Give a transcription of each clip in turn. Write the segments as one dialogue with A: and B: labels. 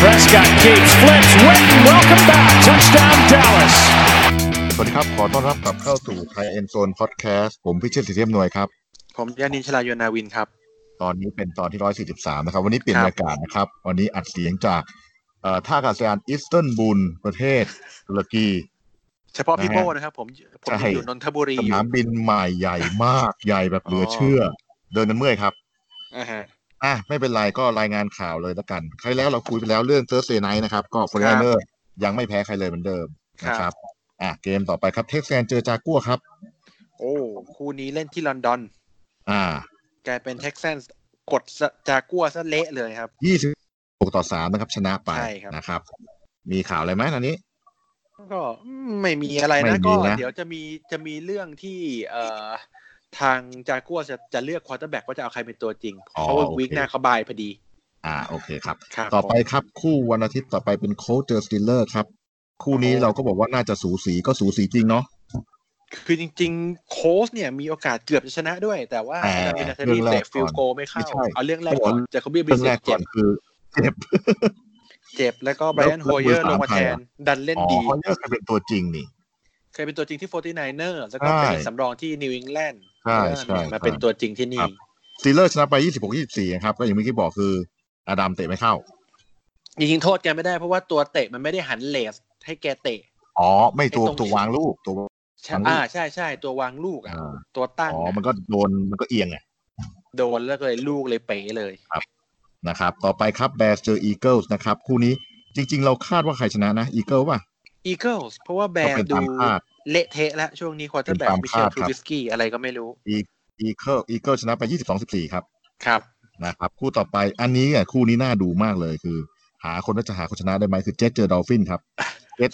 A: Prescott keeps, flips, Witten, welcome back. Touchdown, Dallas.
B: สวัสดีครับ ขอต้อนรับกลับเข้าสู่ไทยเอ็นโซนพอดแคสต์ผมพิเชษสิทธิมนวยครับ
C: ผมยานินชลายนนาวินครับ
B: ตอนนี้เป็นตอนที่ 143 นะครับ วันนี้เปลี่ยน
C: ครับ
B: รร
C: บ
B: ยากาศนะครับ วันนี้อัดเสียงจากเอ่อท่าอากาศยานอิสตันบูลประเทศตุรกี
C: เฉพาะพี่
B: นะฮะ
C: โบนะครับ ผมผมยัง
B: ใช่
C: อยู่นนทบุ
B: ส
C: รีอยู่
B: นามบินใหม่ใหญ่มากใหญ่แบบเหลืออ
C: อ
B: เชื่อ เดินกันเมื่อยครับ
C: อ่าฮะ
B: อ่ะไม่เป็นไรก็รายงานข่าวเลยละกันครั้งแล้วเราคุยไปแล้วเรื่องเ u อร์ d เ y ย์ไนท์นะครับ ก็ฟรีเนอร์ยังไม่แพ้ใครเลยเหมือนเดิมนะค
C: ครั
B: รับ บอ่ะเกมต่อไปครับเท็กซัสเจอจากัวครับ
C: โอ้คู่นี้เล่นที่ลอนดอน
B: อ่า
C: กลายเป็นเท็กซันกดซะจากัวซะเละเลยครับ
B: ยี่สิบหกต่อสามนะครับชนะไป
C: ใช่ครับ
B: นะครับ มีข่าวอะไรไหมตอนนี้
C: ก็ไม่มีอะไร
B: ไม่
C: นะ
B: มี
C: ก็
B: นะ
C: เดี๋ยวจะมีจะมีเรื่องที่เอ่อทางจากัวจะจะเลือกควอเตอร์แบ็กว่าจะเอาใครเป็นตัวจริง เพราะว่าวิกหน้าเขาบายพอดี
B: อ่าโอเคครับ
C: ครับ
B: ต่อไป
C: ผม
B: ครับคู่วันอาทิตย์ต่อไปเป็นโค้ชเจอสติลเลอร์ครับ คู่นี้
C: โอ้
B: เราก็บอกว่าน่าจะสูสีก็สูสีจริงเนาะ
C: คือจริง ๆ โค้ชเนี่ยมีโอกาสเกือบจะชนะด้วย แต่ว่า
B: แต่
C: ดามินาเทอ
B: เรื่
C: รี่
B: องแรก
C: เตะฟิล
B: ก่อน
C: โกไม่เข้า
B: ไม่ใช่
C: เอาเรื่องแรก
B: เขาบอก
C: ก่อน
B: ว่า
C: จากบี้บิ
B: เรื่อง
C: ส
B: แรก
C: เจ็
B: ก่
C: บ
B: อนคือเจ็บ
C: เจ็บแล้วก็ไบรอัน
B: แล้ว
C: โฮเยอร์
B: มื
C: ล
B: อสาม
C: งมา
B: ใคร
C: แท
B: อะ
C: น ดันเล่น
B: อ๋อ
C: ดี
B: เขาเลือกใครเป็นตัวจริงนี่
C: เคยเป็นตัวจริงที่ 49ers แล้วก็
B: ใช่
C: เป็นสำรองที่นิวอิงแลนด์
B: ใช่ใช่
C: มาเป็น
B: ใช่
C: ตัวจริงที่
B: ค
C: นี่
B: รับ สติลเลอร์ชนะไปยี่สิบหกยี่สิบสี่ครับก็อย่างเมื่อกี้บอกคืออดัมเตะไม่เข้า
C: จริงๆโทษแกไม่ได้เพราะว่าตัวเตะมันไม่ได้หันเลสให้แกเตะ
B: อ๋อ ไม่ตัว
C: ไอ้ตรง
B: ตัววางลูกตัว
C: ใช่
B: วางลูก
C: อ่าใช่ใช่ตัววางลูกอะ
B: อ่า
C: ตัวตั้ง
B: อ๋อ
C: อะ
B: มันก็โดนมันก็เอียงไง
C: โดนแล้วก็เลยลูกเลยเป๋เลย
B: นะครับ ต่อไปครับแบสเจออีเกิลส์นะครับ คู่นี้จริง ๆ เราคาดว่าใครชนะนะอีเกิลป่ะ
C: อีเกิลส์เพราะว่าแบ
B: ก็เป็
C: ร์
B: น
C: ดู
B: ตามคาด
C: เละเทะแล้วช่วงนี้ควอเตอร์แบ็ก
B: เป็นตามคาดค
C: มิเชลท
B: รั
C: รู
B: บ
C: บิสกี้อะไรก็ไม่รู้
B: อีเกิลอีเกิลชนะไป 22-14 ครับ
C: ครับ
B: นะครับคู่ต่อไปอันนี้อ่ะคู่นี้น่าดูมากเลยคือ หาคนว่าจะหาคนชนะได้ไหมคือเจสเจอดอลฟินครับ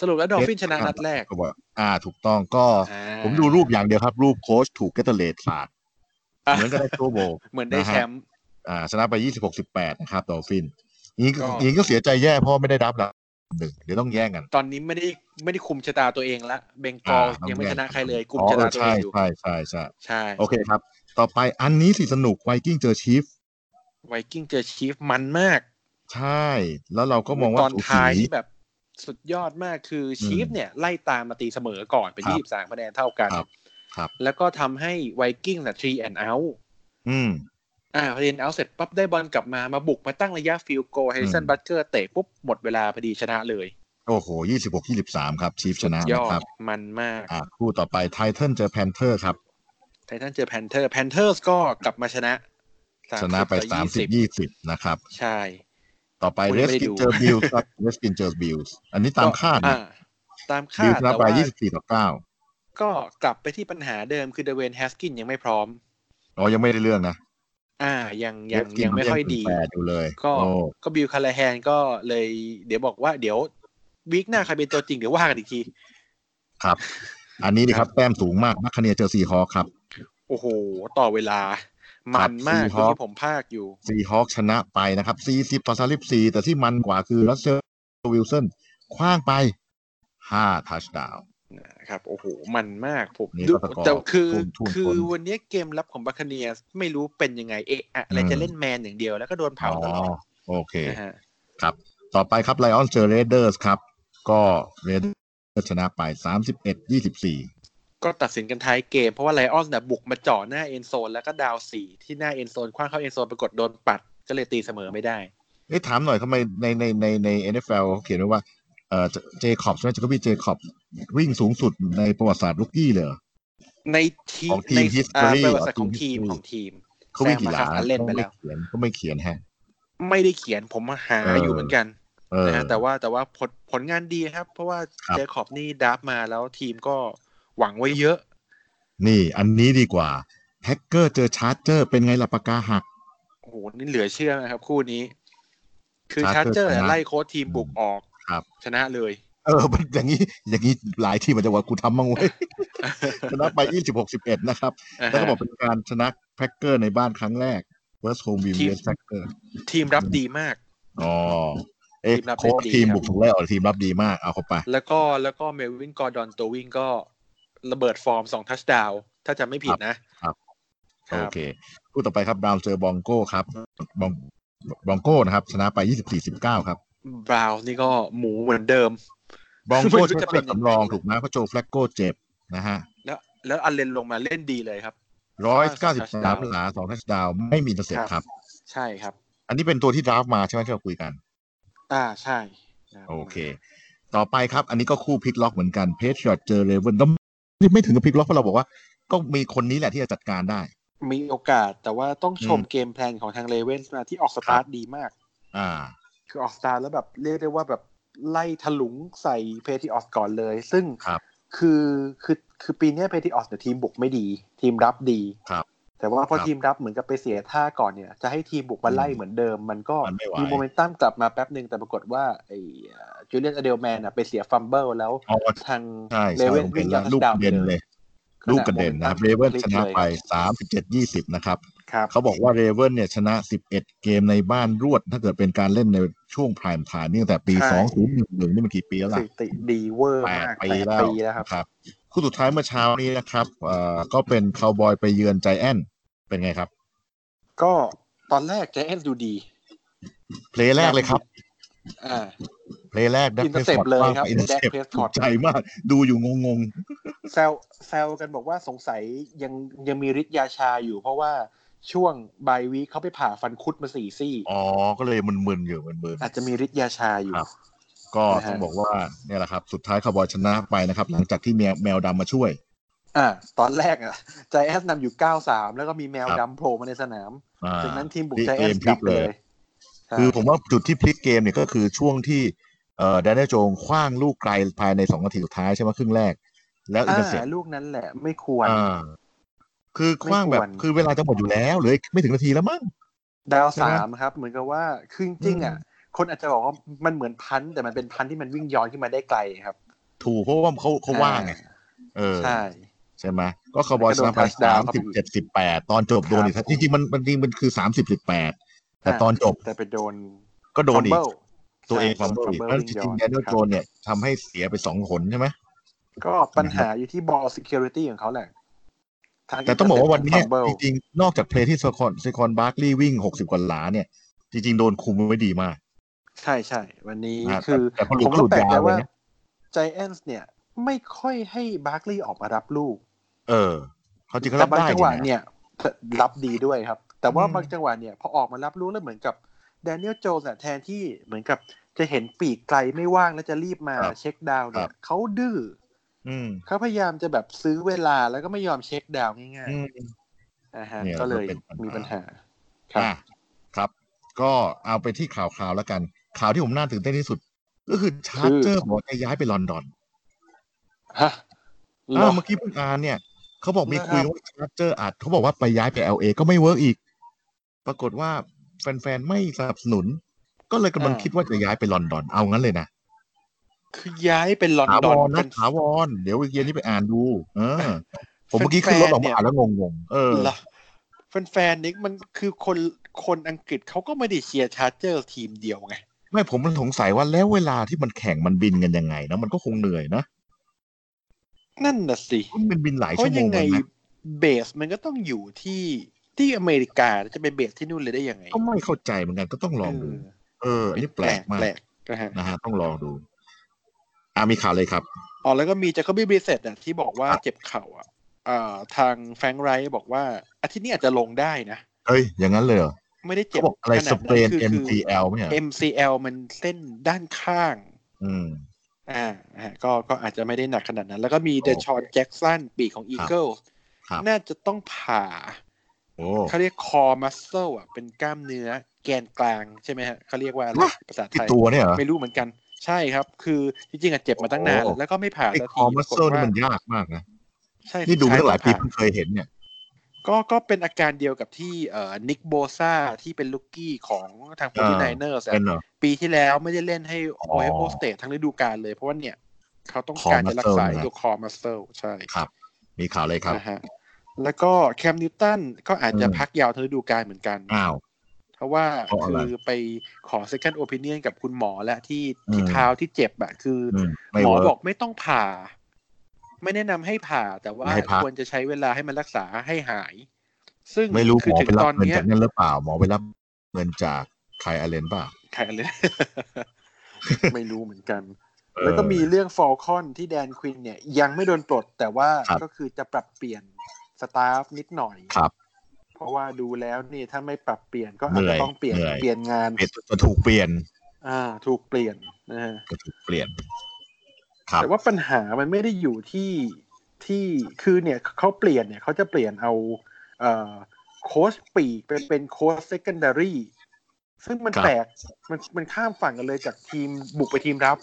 C: สรุปแล้วดอลฟินชนะนัดแรก
B: ก็บอกอ่าถูกต้องก็
C: อ่า
B: ผมดูรูปอย่างเดียวครับ รูปโค้ชถูกเกตเตอร์เลดสาดเหมือนก็ได้ตัวโบว์
C: เหมือนได้
B: นะฮะ
C: แชมป์
B: อ่าชนะไป 26-18 นะครับดอลฟินอย่างนี้ก็
C: ก็
B: อย่างนี้ก็เสียใจแย่เพราะไม่ได้รับละหนึ่งเดี๋ยวต้องแย่งกัน
C: ตอนนี้ไม่ได้ไม่ได้คุมชะตาตัวเองละเบงกอล
B: าต้อ
C: ยังไม่
B: แ
C: ชนะใครเลยกุม
B: อ๋อ
C: ชะตา
B: เออ
C: ตัว
B: ใช่
C: เองอยู่
B: ใช่ใช่ใช่
C: ใช่
B: โอเคครับ ต่อไปอันนี้สิสนุกไวกิ้งเจอชีฟ
C: ไวกิ้งเจอชีฟมันมาก
B: ใช่ แล้วเราก็มองว่า
C: ตอน
B: สูสี
C: ท้ายนี่แบบสุดยอดมากคือชีฟเนี่ยไล่ตามมาตีเสมอก่อนเป็น
B: ครับ
C: ยี่สิบสามคะแนนเท่ากัน
B: ครับครับ
C: แล้วก็ทำให้ไวกิ้งน่ะทรีแอนเอา
B: อืม
C: อ่าพอเรียนเอาเสร็จปั๊บได้บอลกลับมามาบุกมาตั้งระยะฟิลโกลเฮริสัน
B: อืม
C: บัตเกอร์เตะปุ๊บหมดเวลาพอดีชนะเลย
B: โอ้โหยี่สิบหกยี่สิบสามครับ ชีฟช
C: สุด
B: นะ
C: ย
B: นะ
C: อ
B: ครั
C: ด
B: บ
C: มันมาก
B: อ่าคู่ต่อไปไททันเจอแพนเทอร์ครับ
C: ไททันเจอแพนเทอร์แพนเทอร์ก็กลับมาชนะ
B: ชนะไปสามสิบ
C: 30
B: ยี่สิบนะครับ
C: ใช่
B: ต่อไป
C: คุณ
B: เร
C: ยัง
B: ส
C: ไม่ได้
B: กิ
C: ดู
B: นเจอบิลส์ครับเรสกินเจอบิลส์อันนี้ตามคาด
C: อ่
B: นะ
C: ตาม
B: บิลส์
C: คาด
B: ชนะ
C: แต่
B: ไป
C: ว่า
B: ยี่สิบสี่ต่อเก้า
C: ก็กลับไปที่ปัญหาเดิมคือเดเวนแฮสกินยังไม่พร้อม
B: อ๋อยังไม่ได้เรื่องนะ
C: อ่ายังยัง
B: เลสกิน
C: ยังไม่ค่อยดี
B: แปดอยู่เลย
C: ก็
B: โอ้
C: ก็บิลคาราแฮนก็เลย เดี๋ยวบอกว่าเดี๋ยววีคหน้าใครเป็นตัวจริงเดี๋ยวว่ากันอีกที
B: ครับ อันนี้นี่ครับแต้มสูงมากมัคคาเนียเจอซีฮอคครับ
C: โอ้โห ต่อเวลา มันมาก
B: ครับ
C: คือที่ผมภาคอยู่
B: ซีฮอคชนะไปนะครับสี่สิบต่อสามสิบสี่แต่ที่มันกว่าคือรัสเซลวิลสันคว้างไปห้าทัชดาว
C: นะครับ โอ้โห มันมากผม
B: นี่
C: ดู
B: ก็สกอร์
C: แต่คือ
B: ทุ่มทุ่ม
C: คือ
B: ทุ่ม
C: วันนี้เกมรับของบัคเนียสไม่รู้เป็นยังไงเอะอะอะไร
B: อืม
C: จะเล่นแมนอย่างเดียว แล้วก็โดนเผาตลอด
B: โอเค
C: นะฮะ
B: ต่อไปครับไลออนเจอเรเดอร์สครับ ก็เรเดอร์ชนะไป 31 24
C: ก็ตัดสินกันท้ายเกม เพราะว่าไลออนเนี่ยบุกมาเจ่อหน้าเอนโซนแล้วก็ดาวสี่ที่หน้าเอนโซนคว้างเข้าเอนโซนปรากฏโดนปัดก็เลยตีเสมอไม่ได้
B: เอ้ยถามหน่อยทำไมในในในใน NFL เขาเขียนไว้ว่าเอ่อเจคอบใช่ไหมเจคอบบี้เจคอบวิ่งสูงสุดในประวัติศาสตร์ลูกกี้เลยเหรอ
C: ในที
B: ของทีม
C: ใน
B: history
C: อ่าประวัติศาสตร์ของ
B: ของที
C: ที
B: ม
C: ม
B: history
C: ของทีม
B: เขาวิ่งกี่หลา
C: แซมมาครับเล่นไปแล้ว
B: เขียนก็ไม่เขียนแฮะ
C: ไม่ได้เขียนผมหา
B: เอออ
C: อยู่เหมือนกัน
B: เออ
C: นะฮะแต่ว่าแต่ว่าผลผลงานดีครับ เพราะว่า
B: ครับ
C: เจคอบนี่ดับมาแล้วทีมก็หวังไว้เยอะ
B: นี่อันนี้ดีกว่าแฮกเกอร์เจอชาร์เจอร์เป็นไงล่ะปากกาหัก
C: โอ้โหนี่เหลือเชื่อนะครับ คู่นี้ คือชาร์
B: Charger
C: เจอร์
B: ชนะ
C: ไล่โค้ชทีมบุกออก
B: ครับ
C: ชนะเลย
B: เออมันอย่างนี้อย่างนี้หลายที่มันจะว่ากูทำมั่ง เว้ยชนะไป 26 11 นะครับ
C: อ่า
B: แล้ว
C: ฮะ
B: ก็บอกเป็นการชนะแพ็กเกอร์ในบ้านครั้งแรก First Home View Against Packer
C: ทีมรับดีมาก
B: อ๋อ เอ๊ะ
C: ทีมรับ
B: โค้ช
C: ได้ดี
B: ทีม
C: ครับ
B: บุกถูกไล่ออกทีมรับดีมากเอาเข้าไป
C: แล้วก็แล้วก็เมลวินกอร์ดอนตัววิ่งก็ระเบิดฟอร์มสองทัชดาวถ้าจะไม่ผิดนะครับ ครั
B: โอบ เคคู่ต่อไปครับ บราวน์เจอบองโก้ครับบองบองโก้นะครับ ชนะไป 24 19 ครับ
C: บราวน์นี่ก็หมูเหมือนเดิม
B: บอง
C: ไม่
B: โก้
C: รู้
B: จะ
C: จะเป็
B: เป็น
C: นยังไง
B: สำรองถูกไหมเพราะโจแฟลกโก้เจ็บนะฮะ
C: แล้ว แล้วอันเลนลงมาเล่นดีเลยครับ
B: ร้อยเก้าสิบสาม
C: touchdown
B: หลาสองทัชดาวไม่มีอินเตอร์เซ็ต
C: ครับ
B: ครับ
C: ใช่ครับ
B: อันนี้เป็นตัวที่ดราฟมาใช่ไหมที่เราคุยกัน
C: อ่าใช่นะ
B: โอเค ต่อไปครับ อันนี้ก็คู่พลิกล็อกเหมือนกันเพจชอตเจอเรเวนก็ไม่ไม่ถึงกับพลิกล็อกเพราะเราบอกว่า ก็มีคนนี้แหละที่จะจัดการได้
C: มีโอกาสแต่ว่าต้องชมเกมแพลนของทางเลเวนส์มาที่ออกสตาร์ทดีมาก
B: อ่า
C: คือออกสตาร์ทแล้วแบบเรียกได้ว่าแบบไล่ถลุงใส่เพทีออสก่อนเลย ซึ่ง
B: ครับ
C: คือคือคือปีเนี้เพทีออสเนี่ยทีมบุกไม่ดี ทีมรับดี
B: ครับ
C: แต่ว่าพอ
B: ครับ
C: ทีมรับเหมือนกับไปเสียท่าก่อนเนี่ย จะให้ทีมบุกมาไล่เหมือนเดิม มันก็
B: มันไม่ไหว
C: มีโมเมนตัมกลับมาแป๊บหนึ่งแต่ปรากฏว่าไอ้จูเลียนอเดลแมนอ่ะไปเสียฟัมเบิลแล้ว
B: เอา
C: ทาง
B: ใช่
C: เล
B: ใช่
C: เว่น
B: ผม
C: วิ่
B: เห็
C: ง
B: น
C: ยั
B: แล้
C: ด
B: วลูก
C: ดาว
B: ก
C: น์
B: ระเด็นเลย ลูกกระเด็นนะครับเรเวนชนะไปสามสิบเจ็ดยี่สิบนะครับ
C: ครับ
B: เขาบอกว่าเรเวนเนี่ยชนะ 11 เกมในบ้านรวด ถ้าเกิดเป็นการเล่นในช่วงพรายมไทม์นี่ตั้งแต่ปี 2011นี่มันกี่ปีแล้ว
C: ส
B: ล่ะ
C: ถิติดีเวอร์
B: แปด
C: มาก
B: ปี
C: แปด
B: แล้ว
C: ปีแล้วครับ
B: ครับคู่สุดท้ายเมื่อเช้านี้นะครับเอ่อก็เป็นคาวบอยไปเยือนใจแอนเป็นไงครับ
C: ก็ตอนแรกแจนดูดี
B: เพลย์แรกเลยครับ
C: อ่า
B: เพลย์แรก Dak
C: Intercept
B: Prescott
C: เลย
B: ว่า
C: ครับ
B: ไป Intercept
C: Dak Prescott
B: ถูกใจมาก ดูอยู่งง
C: แซวแซวกันบอกว่าสงสัยยังยังมีฤทธิ์ยาชาอยู่ เพราะว่าช่วงบายวีคเขาไปผ่าฟันคุดมาสี่ซี่
B: ๆ อ๋อ ก็เลยมึนๆ อยู่มึนๆ
C: อาจจะมีฤทธิ์ยาชาอยู่
B: ครับ ก็ต้องบอกว่าเนี่ยแหละครับ สุดท้ายคาวบอยชนะไปนะครับ หลังจากที่แมวแมวดำมาช่วย
C: อ่า ตอนแรกอ่ะใจแอสนำอยู่เก้าสามแล้วก็มีแมว
B: ครับ
C: ดำโผล่มาในสนาม
B: อ่า
C: จากนั้นทีมบุก
B: พลิก
C: ใจแอส
B: เกมพลิ
C: กลั
B: ก
C: บ
B: เล
C: เลย ย
B: คือ
C: ใช่
B: ผมว่าจุดที่พลิกเกมเนี่ยก็คือช่วงที่เอ่อแดนเนลโจงคว้างลูกไกลภายในสองนาทีสุดท้ายใช่ไหมครึ่งแรก แล้วอินเตอร์เซ็
C: อ่าลูกนั้นแหละไม่ควร
B: คือคว้างแบบ
C: ไม่ควร
B: คือเวลาจะหมดอยู่แล้วเหลยไม่ถึงนาทีแล้วมั้ง
C: ดาว
B: ใช่ไหม
C: สามครับ เหมือนกับว่าคือจริงๆอ่ะ
B: อืม
C: คนอาจจะบอกว่ามันเหมือนพันธุ์แต่มันเป็นพันธุ์ที่มันวิ่งย้อนขึ้นมาได้ไกลครับ
B: ถูกเพราะว่าเขาเขาว่างไงเออ
C: ใช่
B: ใช่ไหมก็คาร์บอยชนะไป
C: แล้วก็
B: สาม
C: โดน touchdown
B: สิบเจ็ดสิบแปดตอนจบโดนอีกครับจริงๆมันมันจริงมันคือสามสิบสิบแปดแต่ตอนจบ
C: แต่ไปโดน
B: ก็โดนอีก
C: fumble
B: ตัวเองค
C: ใช่
B: วามเบอร์อีก
C: โดน fumble
B: นั่นจริงๆแดนเนล
C: ครับ
B: โจนเนี่ยทำให้เสียไปสองหนใช่ไหม
C: ก็ปัญหาอยู่ที่บอล security ของเขาแหละทั้
B: แต่ต้องบอกว่าวันเนี้ย
C: fumble
B: จริงๆ นอกจากเพลย์ที่ซคอนซคอนบาร์คลีย์วิ่ง 60 กว่าหลาเนี่ย จริง ๆ โดนคุมไว้ดีมาก
C: ใช่ใช่วันนี้
B: อ่า
C: คือ
B: แต่พอหลุด
C: ผม
B: ก็หลุด
C: ก็แปลกใจ
B: ยาวเลย
C: ว่า
B: นะ
C: Giants เนี่ย ไม่ค่อยให้บาร์คลีย์ออกมารับลูก
B: เออ เขาจริงเขารับบ
C: แต่าง
B: ได้
C: จังหวะ
B: นี่นะ
C: เนี่ยรับดีด้วยครับ แต่ว่า
B: อืม
C: บางจังหวะเนี่ย พอออกมารับลูกแล้วเหมือนกับแดเนียลโจนแทนที่เหมือนกับจะเห็นปีกไกลไม่ว่างแล้วจะรีบมาเช็คดาวน์เนี่ยเขาดื้อ
B: อืม
C: เขาพยายามจะแบบซื้อเวลาแล้วก็ไม่ยอมเช็คดาวน์ง่าย
B: อืม
C: ๆนะฮะ
B: เนี่ย
C: ก็เล
B: มั
C: ย
B: นเป็นปัญหามี
C: มีปัญหาครั
B: อ่ะ
C: บ
B: ครับ ก็เอาไปที่ข่าวข่าวๆแล้วกัน ข่าวที่ผมน่าตื่นเต้นที่สุด ก็คือชาร์เจอร์บอกว่าจะย้ายไปลอนดอน
C: ฮะเหรอ
B: อ่าเมื่อกี้เพิ่งอ่านเนี่ย เขาบอกมีคุย
C: นะครับ
B: ว่าชาร์เจอร์อาจเขาบอกว่าไปย้ายไป LA ก็ไม่เวิร์กอีก ปรากฏว่าแฟนๆไม่สนับสนุน ก็เลยกำลังคิดว่าจะย้ายไปลอนดอน เอางั้นเลยนะ
C: คือย้ายเป็นลอน
B: ถา
C: ด
B: ว
C: อน
B: ร
C: เป็
B: นะ
C: น
B: ถาวรเดี๋ยวเย็นนี้ไปอ่านดู เอ อ ผม
C: แฟ
B: เมื่
C: นๆ
B: อกี้ขึ้นรถออก
C: เนี่
B: มาย อ่านแล้วงงๆเออ
C: เหรอแฟนๆนี่มันคือคนคนอังกฤษเขาก็ไม่ได้เชียร์ชาร์เจอร์ทีมเดียวไง
B: ไม่ผมมันสงสัยว่าแล้วเวลาที่มันแข่งมันบินกันยังไงนะมันก็คงเหนื่อยนะ
C: นั่นน่ะสิ
B: มันเป็นบินหลาย
C: เพ
B: ชั่
C: ราะ
B: วโม
C: ยัง งไง
B: เลยนะ
C: เบสมันก็ต้องอยู่ที่ที่อเมริกาจะไปเบสที่นู่นเลยได้ยังไง
B: ก็ไม่เข้าใจเหมือนกันก็ต้องลองดู เออ อันนี้แปลกมาก
C: แปลกนะฮะ
B: นะฮะต้องลองดู อ่ามีข่าวเลยครับ
C: อ๋อแล้วก็มีจ a ค o บบี้บริเซตอ่ะที่บอกว่า
B: ครับ
C: เจ็บเข่าอ่ะอ่าทางแฟรงค์ไรท์บอกว่าอาทิตย์นี้อาจจะลงได้นะ
B: เอ้ย อย่างนั้นเลยเหรอ
C: ไม่ได้
B: เขา
C: เจ็บ
B: บอกอะไร
C: ขนา
B: ส
C: ด
B: เปร
C: นั้น นคือคือ
B: MCL เนี่ย
C: MCL มันเส้นด้านข้าง
B: อืม
C: อ่าอ่าก็ก็อาจจะไม่ได้หนักขนาดนั้น แล้วก็มีเด
B: โอเค
C: ชอนแจ็กสันปีกของอีเกิล
B: ครับ
C: น่าจะต้องผ่า
B: โอ้
C: เขาเรียกคอมัสเซลอ่ะเป็นกล้ามเนื้อแกนกลางใช่ไหมฮะเขาเรียกว่าอะไร
B: ฮะ
C: ภาษา
B: ที่
C: ไทย
B: ตัวเนี่ยเหรอ
C: ไม่รู้เหมือนกัน ใช่ครับ คือจริงๆอ่ะเจ็บมาตั้งนาน
B: โอ้โห
C: แล้วก็ไม่ผ่า
B: ไอ้
C: สัก
B: ค
C: ที
B: อมัสเซลนี่
C: ปรากฏว่า
B: มันยากมากนะ
C: ใช่
B: นี่ดูมาตั้งหลายปี
C: สุดท้
B: เพิ่งเคยเห็นเนี่ย
C: ก็ก็เป็นอาการเดียวกับที่เอ่อนิกโบซาที่เป็นลูกกี้ของทาง 49ers
B: เป็นเหรอ
C: ปีที่แล้วไม่ได้เล่นให้
B: อ๋
C: โอ
B: อ
C: ไฮโอสเตททั้งฤดูกาลเลย เพราะว่าเนี่ยเขาต้องการจะรักษา
B: Core muscle นะฮะ
C: ตัวคอมัสเซลใช่
B: มีข่าวเลยครับ
C: นะฮะแล้วก็แคมนิวตันก็อาจจะ
B: อืม
C: พักยาวทั้งฤดูกาลเหมือนกัน
B: อ้าว
C: เพราะว่า
B: เพราะอะไร
C: คือไปขอ second opinion กับคุณหมอและที่
B: อืม
C: ที่เท้าที่เจ็บอะคืออ
B: อืมไม่
C: หมอ
B: เวิร์ก
C: บอกไม่ต้องผ่า ไม่แนะนำให้ผ่าแต่ว่า
B: ไม่ให้พัก
C: ควรจะใช้เวลาให้มันรักษาให้หาย ซึ่ง
B: ไม่รู้ห
C: คือ
B: มอ
C: ถึง
B: ไปรั
C: ต
B: บ
C: อน
B: เงิน
C: เนี้ย
B: จากนั่นหรือเปล่า หมอไปรับเงินจากใครอาเลนเปล่า
C: ใครเลย ไม่รู้เหมือนกัน
B: เออ
C: แล้วก็มีเรื่องฟอลคอนที่แดนควินเนี่ย ยังไม่โดนปลด แต่ว่า
B: ครับ
C: ก็คือจะปรับเปลี่ยนสตาฟนิดหน่อย
B: ครับ
C: เพราะว่าดูแล้วนี่ถ้าไม่ปรับเปลี่ยนก็
B: เหนื่อ
C: อาจ
B: ย
C: จะต้องเปลี่ยน
B: เหนื่อย
C: เปลี่ยนงาน
B: เปลี่ยนจะถูกเปลี่ยน
C: อ่า ถูกเปลี่ยนนะฮะ
B: จะถูกเปลี่ยน ครับ
C: แต่ว่าปัญหามันไม่ได้อยู่ที่ที่คือเนี่ยเขาเปลี่ยนเนี่ยเขาจะเปลี่ยนเอาเอ่อโค้ชปีกไปเป็นโค้ชเซคันดารีซึ่งมัน
B: ครับ
C: แปลกมันมันข้ามฝั่งกันเลยจากทีมบุกไปทีมรับ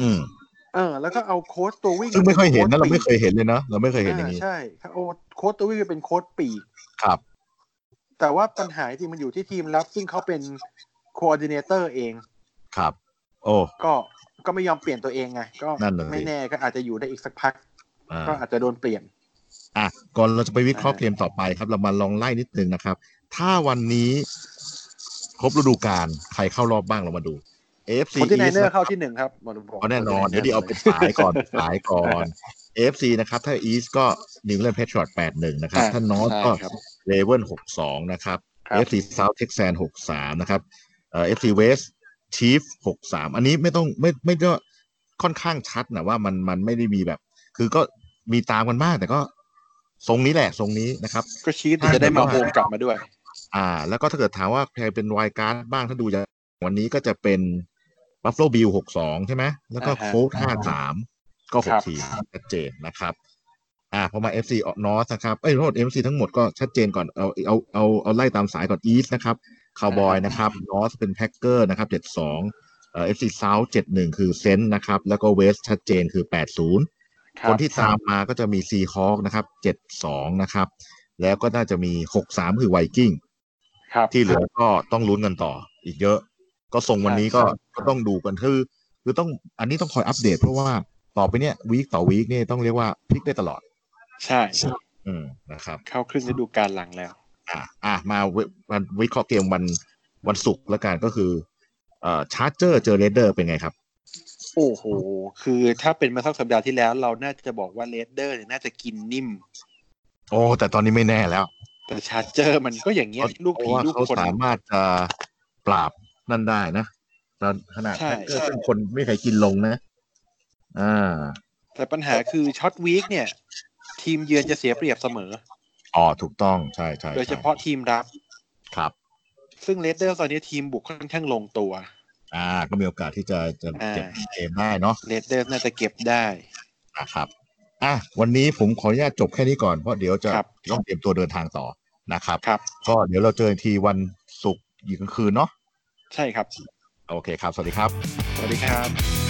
B: อืม
C: เออแล้วก็เอาโค้ชตัววิ่ง
B: ซึ่งไม่ค่อยเห็นนะ เรา
C: ป็
B: ไม่
C: โ
B: เคยเห็นเลยเนาะเราไม่เคย
C: ปีก
B: เห็นอย่างนี้
C: ใช่ครับโอ้โค้ชตัววิ่งเป็นโค้ชปีก
B: ครับ
C: แต่ว่าปัญหาจริงมันอยู่ที่ทีมรับ ซึ่งเขาเป็นโคออดิเนเตอร์เอง
B: ครับ โอ้
C: ก็ก็ไม่ยอมเปลี่ยนตัวเองไง ก็
B: นั่นน่ะสิ
C: ไม่แน่ก็อาจจะอยู่ได้อีกสักพัก
B: อ่า
C: ก็อาจจะโดนเปลี่ยน
B: อ่ะก่อนเราจะไปวิเคราะห์เกมต่อไปครับ เรามาลองไล่นิดนึงนะครับ ถ้าวันนี้ ครบฤดูกาลใครเข้ารอบบ้างเรามาดู AFC
C: คนที่ไนเนอ
B: East
C: ร์เข้าที่หนึ่งครับหมอหนุ่มบอก
B: เอาแน่นอน เดี๋ยว ดีเอาเป็นสายก่อน สายก่อน AFC นะครับ ถ้า East ก็นิว e ลน d p เพ t รอ t แปดหนึ่งนะครับ
C: อ่
B: ถ้านอ t
C: ใช่
B: ก็
C: ครับ
B: เลเว n หกสองนะครับ
C: ครับ
B: FC South Texan หกสามนะครับเอ่อ FC West Chief หกสามอันนี้ไม่ต้องไม่ไม่ก็ค่อนข้างชัดนะว่ามันมันไม่ได้มีแบบ คือก็มีตามกันบ้างแต่ก็ทรงนี้แหละทรงนี้นะครับ
C: ก็ชีสจะได้มาโฮมกลับมาด้วย
B: อ่า แล้วก็ถ้าเกิดถามว่าใครเป็นไวการ์ดบ้างถ้าดูจากวันนี้ก็จะเป็นบัฟเฟ b บิลหกสองใช่ไหมแล้วก็
C: อ่าฮะ
B: โค้ดห้าสามก็ห
C: ครั
B: ก
C: บ
B: ทีมชัดเจนนะครับ อ่าพอมา FC ออกนอสนะครับ เอ้ยโทษ FC ทั้งหมดก็ชัดเจนก่อนเอาเอาเอาเอาไล่ตามสายก่อนอีสนะครับคาวบอยนะครับนอสเป็นแพ็ c เกอร์นะครับเจ็ดสองเอ่อ FC South เจ็ดหนึ่งคือเซนต์นะครับ แล้วก็เวสชัดเจนคือแปดศูนย์
C: รับ
B: คนที่ตามมาก็จะมีซีฮอคนะครับเจ็ดสองนะครับ แล้วก็น่าจะมีหกสามคือไวกิ้ง
C: ครับ
B: ที่เหลือก็ต้องลุ้นกันต่ออีกเยอะ ก็ส่งวันนี้ก็ก็ต้องดูกันคือคือต้องอันนี้ต้องคอยอัปเดตเพราะว่าต่อไปเนี่ยวีคต่อวีคเนี่ยต้องเรียกว่าพลิกได้ตลอด
C: ใช่
B: อืมนะครับ
C: เข้าครึ่งฤดูกาลหลังแล้ว
B: อ่ะอ่ะมาเววันวิเคราะห์เกมวันวันศุกร์แล้วกันก็คือเอ่อชาร์เจอร์เจอเรเดอร์เป็นไงครับ
C: โอ้โห คือถ้าเป็นมาสักสัปดาห์ที่แล้ว เราน่าจะบอกว่าเลดเดอร์เนี่ยน่าจะกินนิ่ม
B: โอ้แต่ตอนนี้ไม่แน่แล้ว
C: แต่ชาร์เจอร์มันก็อย่างเงี้ยลูก
B: เพ
C: ผี
B: ราะว่า
C: ลูก
B: เขา
C: คน
B: สามารถจะปราบนั่นได้นะตอนขนาด
C: ใช่
B: ชาร์เจอร์ซึ่งคนไม่เคยกินลงนะ อ่า
C: แต่ปัญหาคือช็อตวีคเนี่ย ทีมเยือนจะเสียเปรียบเสมอ
B: อ๋อถูกต้องใช่ใช่
C: โดยเฉ
B: ใช่
C: พาะทีมรับ
B: ครับ
C: ซึ่งเลดเดอร์ตอนนี้ทีมบุกค่อนข้างลงตัว
B: อ่าก็มีโอกาสที่จะจะ
C: อ่า
B: เก็บเกมได้เนาะ
C: เลดเดอร์น่าจะเก็บได้
B: นะครับอ่ะวันนี้ผมขออนุญาตจบแค่นี้ก่อนเพราะเดี๋ยวจะ
C: ครับ
B: ต้องเตรียมตัวเดินทางต่อนะครับ
C: ครับ
B: ก็เดี๋ยวเราเจอกันทีวันศุกร์อีกกลางคืนเนาะ
C: ใช่ครับ
B: โอเคครับ สวัสดีครับ
C: สวัสดีครับ